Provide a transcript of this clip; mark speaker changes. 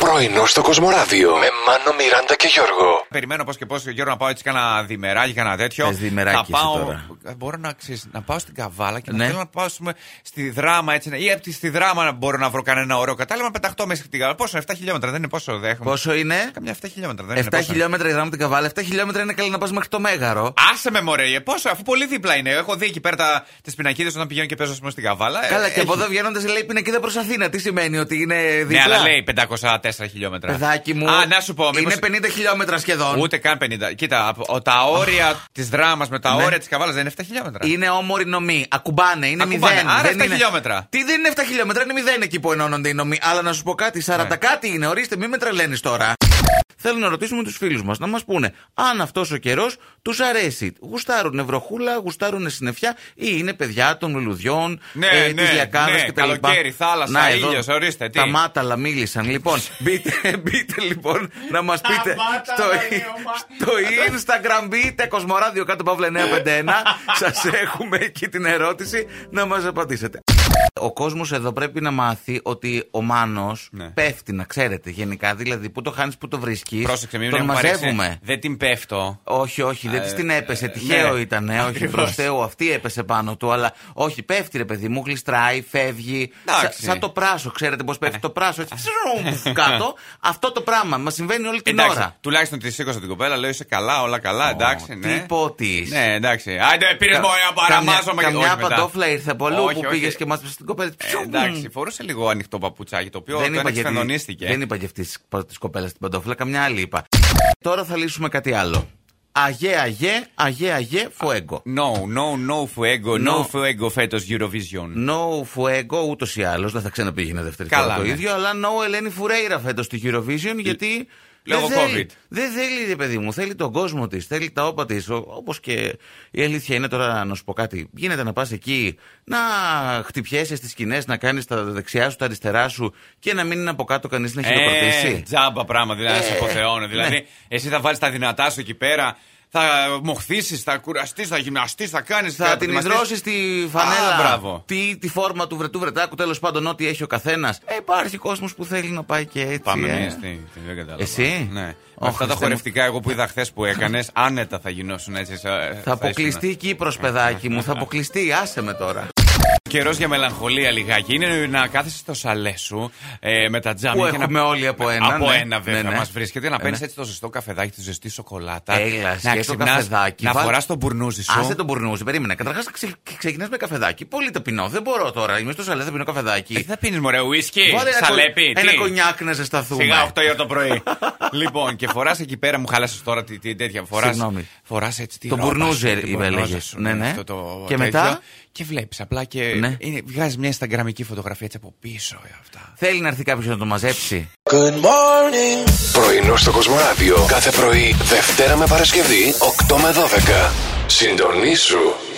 Speaker 1: Πρωινό στο Κοσμοράδιο με Μάνο, Μιράντα και Γιώργο.
Speaker 2: Περιμένω πώς και πώς Γιώργο να πάω έτσι κάνα διμεράκι, κάνα τέτοιο.
Speaker 3: Θες διμεράκι
Speaker 2: να
Speaker 3: εσύ
Speaker 2: πάω,
Speaker 3: τώρα.
Speaker 2: Μπορώ να, ξέρεις, να πάω στην Καβάλα και να
Speaker 3: Ναι.
Speaker 2: θέλω να πάω ας πούμε, στη δράμα έτσι. να- ή από τη στη δράμα να μπορώ να βρω κανένα ωραίο κατάλληλο να πεταχτώ μέσα στην Καβάλα. Πόσο, 7 χιλιόμετρα δεν είναι πόσο δέχομαι.
Speaker 3: Πόσο είναι?
Speaker 2: Καμιά 7 χιλιόμετρα δεν
Speaker 3: 7
Speaker 2: είναι. πόσο.
Speaker 3: χιλιόμετρα η δράμα την καβάλα. 7 χιλιόμετρα είναι καλά να πας μέχρι το μέγαρο.
Speaker 2: Άσε με μωρέ, ε, πόσο, αφού πολύ δίπλα είναι. Έχω δει εκεί πέρα τα, τις πινακίδες όταν πηγαίνω και παίζω ας πούμε, στην Καβάλα. Ε,
Speaker 3: Καλά, και
Speaker 2: έχει-
Speaker 3: από εδώ βγαίνοντας λέει πινακίδα προς Αθήνα. Τι σημαίνει ότι είναι
Speaker 2: Ναι,
Speaker 3: δίπλα.
Speaker 2: αλλά λέει 504 χιλιόμετρα.
Speaker 3: Παιδάκι μου.
Speaker 2: Α, να σου πω, μήπως...
Speaker 3: Είναι 50 χιλιόμετρα σχεδόν.
Speaker 2: Ούτε καν 50. Κοίτα, από, ο- τα όρια της δράμας με τα
Speaker 3: Ναι.
Speaker 2: όρια της καβάλας δεν είναι 7 χιλιόμετρα.
Speaker 3: Είναι όμοροι νομοί. Ακουμπάνε, είναι
Speaker 2: Ακουμπάνε.
Speaker 3: μηδέν.
Speaker 2: Άρα
Speaker 3: Δεν
Speaker 2: 7
Speaker 3: είναι-
Speaker 2: χιλιόμετρα.
Speaker 3: Τι δεν είναι 7 χιλιόμετρα, είναι μηδέν εκεί που ενώνονται οι νομοί. Αλλά να σου πω κάτι, 40
Speaker 2: Ναι.
Speaker 3: κάτι είναι. Ορίστε, μην με τρελαίνεις τώρα. Θέλω να ρωτήσουμε τους φίλους μας να μας πούνε αν αυτός ο καιρός τους αρέσει. Γουστάρουν βροχούλα, γουστάρουν συννεφιά ή είναι παιδιά των λουλουδιών,
Speaker 2: Ναι,
Speaker 3: ε,
Speaker 2: ναι,
Speaker 3: της διακάδα
Speaker 2: ναι,
Speaker 3: κτλ.
Speaker 2: καλοκαίρι, θάλασσα,
Speaker 3: Να, εδώ
Speaker 2: ήλιος, ορίστε, τι.
Speaker 3: Τα μάταλα μίλησαν. Λοιπόν, μπείτε, μπείτε λοιπόν να μας πείτε στο,
Speaker 4: μάταλα, λέει ο Μα-
Speaker 3: στο Instagram μπείτε Κοσμοράδιο κάτω παύλα 951 Σας έχουμε εκεί την ερώτηση να μας απαντήσετε ο κόσμος εδώ πρέπει να μάθει ότι ο Μάνος
Speaker 2: Ναι.
Speaker 3: πέφτει, να ξέρετε γενικά. Δηλαδή, πού το χάνεις, πού το βρίσκεις,
Speaker 2: Πρόσεξε, μην
Speaker 3: τον
Speaker 2: μου αρέσει.
Speaker 3: μαζεύουμε.
Speaker 2: Δεν την πέφτω.
Speaker 3: Όχι, όχι, δεν της την έπεσε. Τυχαίο
Speaker 2: Ε, ναι.
Speaker 3: ήταν. Όχι,
Speaker 2: Ακριβώς.
Speaker 3: προς Θεού, αυτή έπεσε πάνω του. Αλλά όχι, πέφτει ρε παιδί μου, γλιστράει, φεύγει. Σα,
Speaker 2: Εντάξει. Ε.
Speaker 3: σαν το πράσο, ξέρετε πώς πέφτει το πράσο. Έτσι, ψρρρρρρρ, κάτω. Αυτό το πράγμα μας συμβαίνει όλη την
Speaker 2: Εντάξει,
Speaker 3: ώρα.
Speaker 2: τουλάχιστον τη σήκωσα την κοπέλα, λέω είσαι καλά, όλα καλά, εντάξει. Ναι.
Speaker 3: τίποτης.
Speaker 2: Ναι, εντάξει. Άντε, πήρες μόνο να παραμάζω με
Speaker 3: Καμιά παντόφλα ήρθε από αλλού
Speaker 2: Όχι,
Speaker 3: που
Speaker 2: όχι.
Speaker 3: πήγες και μας στην κοπέλα.
Speaker 2: Ε, Εντάξει, φορούσε λίγο ανοιχτό παπουτσάκι το οποίο
Speaker 3: Δεν
Speaker 2: δεν
Speaker 3: είπα, γιατί,
Speaker 2: εξανονίστηκε.
Speaker 3: δεν είπα για αυτής της κοπέλας την παντόφλα, καμιά άλλη είπα. Τώρα θα λύσουμε κάτι άλλο. Αγέ, αγέ, αγέ, αγέ, φουέγκο.
Speaker 2: No, no, no fuego, no,
Speaker 3: No.
Speaker 2: fuego φέτο Eurovision.
Speaker 3: No Fuego ούτως ή άλλως. Δεν θα ξαναπήγαινε δεύτερη
Speaker 2: Καλά,
Speaker 3: φορά το
Speaker 2: ναι. Ε,
Speaker 3: ίδιο. Αλλά No Ελένη Φουρέιρα φέτος στη Eurovision γιατί.
Speaker 2: λόγω
Speaker 3: δεν θέλει-
Speaker 2: COVID.
Speaker 3: Δεν θέλει, ρε παιδί μου. Θέλει τον κόσμο της, θέλει τα όπα της. Όπως και η αλήθεια είναι τώρα να σου πω κάτι. Γίνεται να πας εκεί, να χτυπιέσαι στις σκηνές, να κάνεις τα δεξιά σου, τα αριστερά σου και να μην είναι από κάτω κανείς να χειροκροτήσει.
Speaker 2: Ε, τζάμπα πράγμα, δηλαδή να σε
Speaker 3: Ε,
Speaker 2: υποθεώνω. Δηλαδή,
Speaker 3: ναι.
Speaker 2: εσύ θα βάλεις τα δυνατά σου εκεί πέρα, θα μοχθήσεις, θα κουραστείς, θα γυμναστείς, θα κάνεις.
Speaker 3: Θα την υδρώσεις τη φανέλα.
Speaker 2: Α, μπράβο.
Speaker 3: τη, τη φόρμα του βρετού βρετάκου, τέλος πάντων, ό,τι έχει ο καθένας. Ε, υπάρχει κόσμος που θέλει να πάει και έτσι.
Speaker 2: Πάμε ναι,
Speaker 3: ε.
Speaker 2: εμείς. Δεν κατάλαβα.
Speaker 3: Εσύ?
Speaker 2: Ναι. Με
Speaker 3: Ω,
Speaker 2: αυτά τα
Speaker 3: Χριστέ μου.
Speaker 2: χορευτικά εγώ που είδα χθες που έκανες, άνετα θα γινώσουν έτσι. σα-
Speaker 3: Θα αποκλειστεί η Κύπρος, παιδάκι μου. Θα αποκλειστεί. Άσε με τώρα.
Speaker 2: Καιρός για μελαγχολία λιγάκι. Είναι να κάθεσαι στο σαλέ σου ε, με τα τζάμια.
Speaker 3: Που
Speaker 2: και
Speaker 3: έχουμε
Speaker 2: να...
Speaker 3: όλοι από ένα,
Speaker 2: Από
Speaker 3: ναι.
Speaker 2: ένα βέβαια
Speaker 3: Ναι, ναι.
Speaker 2: μας βρίσκεται. Να
Speaker 3: Ναι,
Speaker 2: παίρνεις
Speaker 3: ναι.
Speaker 2: έτσι το ζεστό καφεδάκι, τη ζεστή σοκολάτα.
Speaker 3: Έλα, εσύ,
Speaker 2: να
Speaker 3: το καφεδάκι,
Speaker 2: Να
Speaker 3: βάλ-
Speaker 2: φοράς τον μπουρνούζι σου.
Speaker 3: Άσε τον μπουρνούζι, περίμενε. Καταρχάς ξεκινάς με καφεδάκι. Πολύ ταπεινό. Δεν μπορώ τώρα. Είμαι στο σαλέ, θα πίνω
Speaker 2: Ε, Τι
Speaker 3: καφεδάκι.
Speaker 2: θα πίνεις, Μωρέ, ουίσκι,
Speaker 3: Βάλε ένα κο-
Speaker 2: σαλέπι.
Speaker 3: Ένα
Speaker 2: Ε, τι?
Speaker 3: κονιάκ να ζεσταθούμε.
Speaker 2: Σιγά 8 η ώρα το πρωί. λοιπόν, και φοράς εκεί πέρα, μου χάλασε τώρα την τέτοια. Φοράς.
Speaker 3: Συγγνώμη.
Speaker 2: Φοράς έτσι την.
Speaker 3: Τον
Speaker 2: ρόμπα σου,
Speaker 3: μπουρνούζερ,
Speaker 2: την
Speaker 3: είπε,
Speaker 2: μπουρνούζα
Speaker 3: έλεγες.
Speaker 2: σου,
Speaker 3: Ναι, ναι.
Speaker 2: αυτό το
Speaker 3: Και
Speaker 2: τέτοιο.
Speaker 3: μετά?
Speaker 2: Και βλέπεις απλά και.
Speaker 3: Ναι.
Speaker 2: Είναι, βγάζει μια Instagramική φωτογραφία έτσι από πίσω. ε, Αυτά.
Speaker 3: Θέλει να έρθει κάποιος να το μαζέψει.
Speaker 1: Πρωινό στο Κοσμοράδιο κάθε πρωί, Δευτέρα με Παρασκευή, 8 με 12. Συντονίσου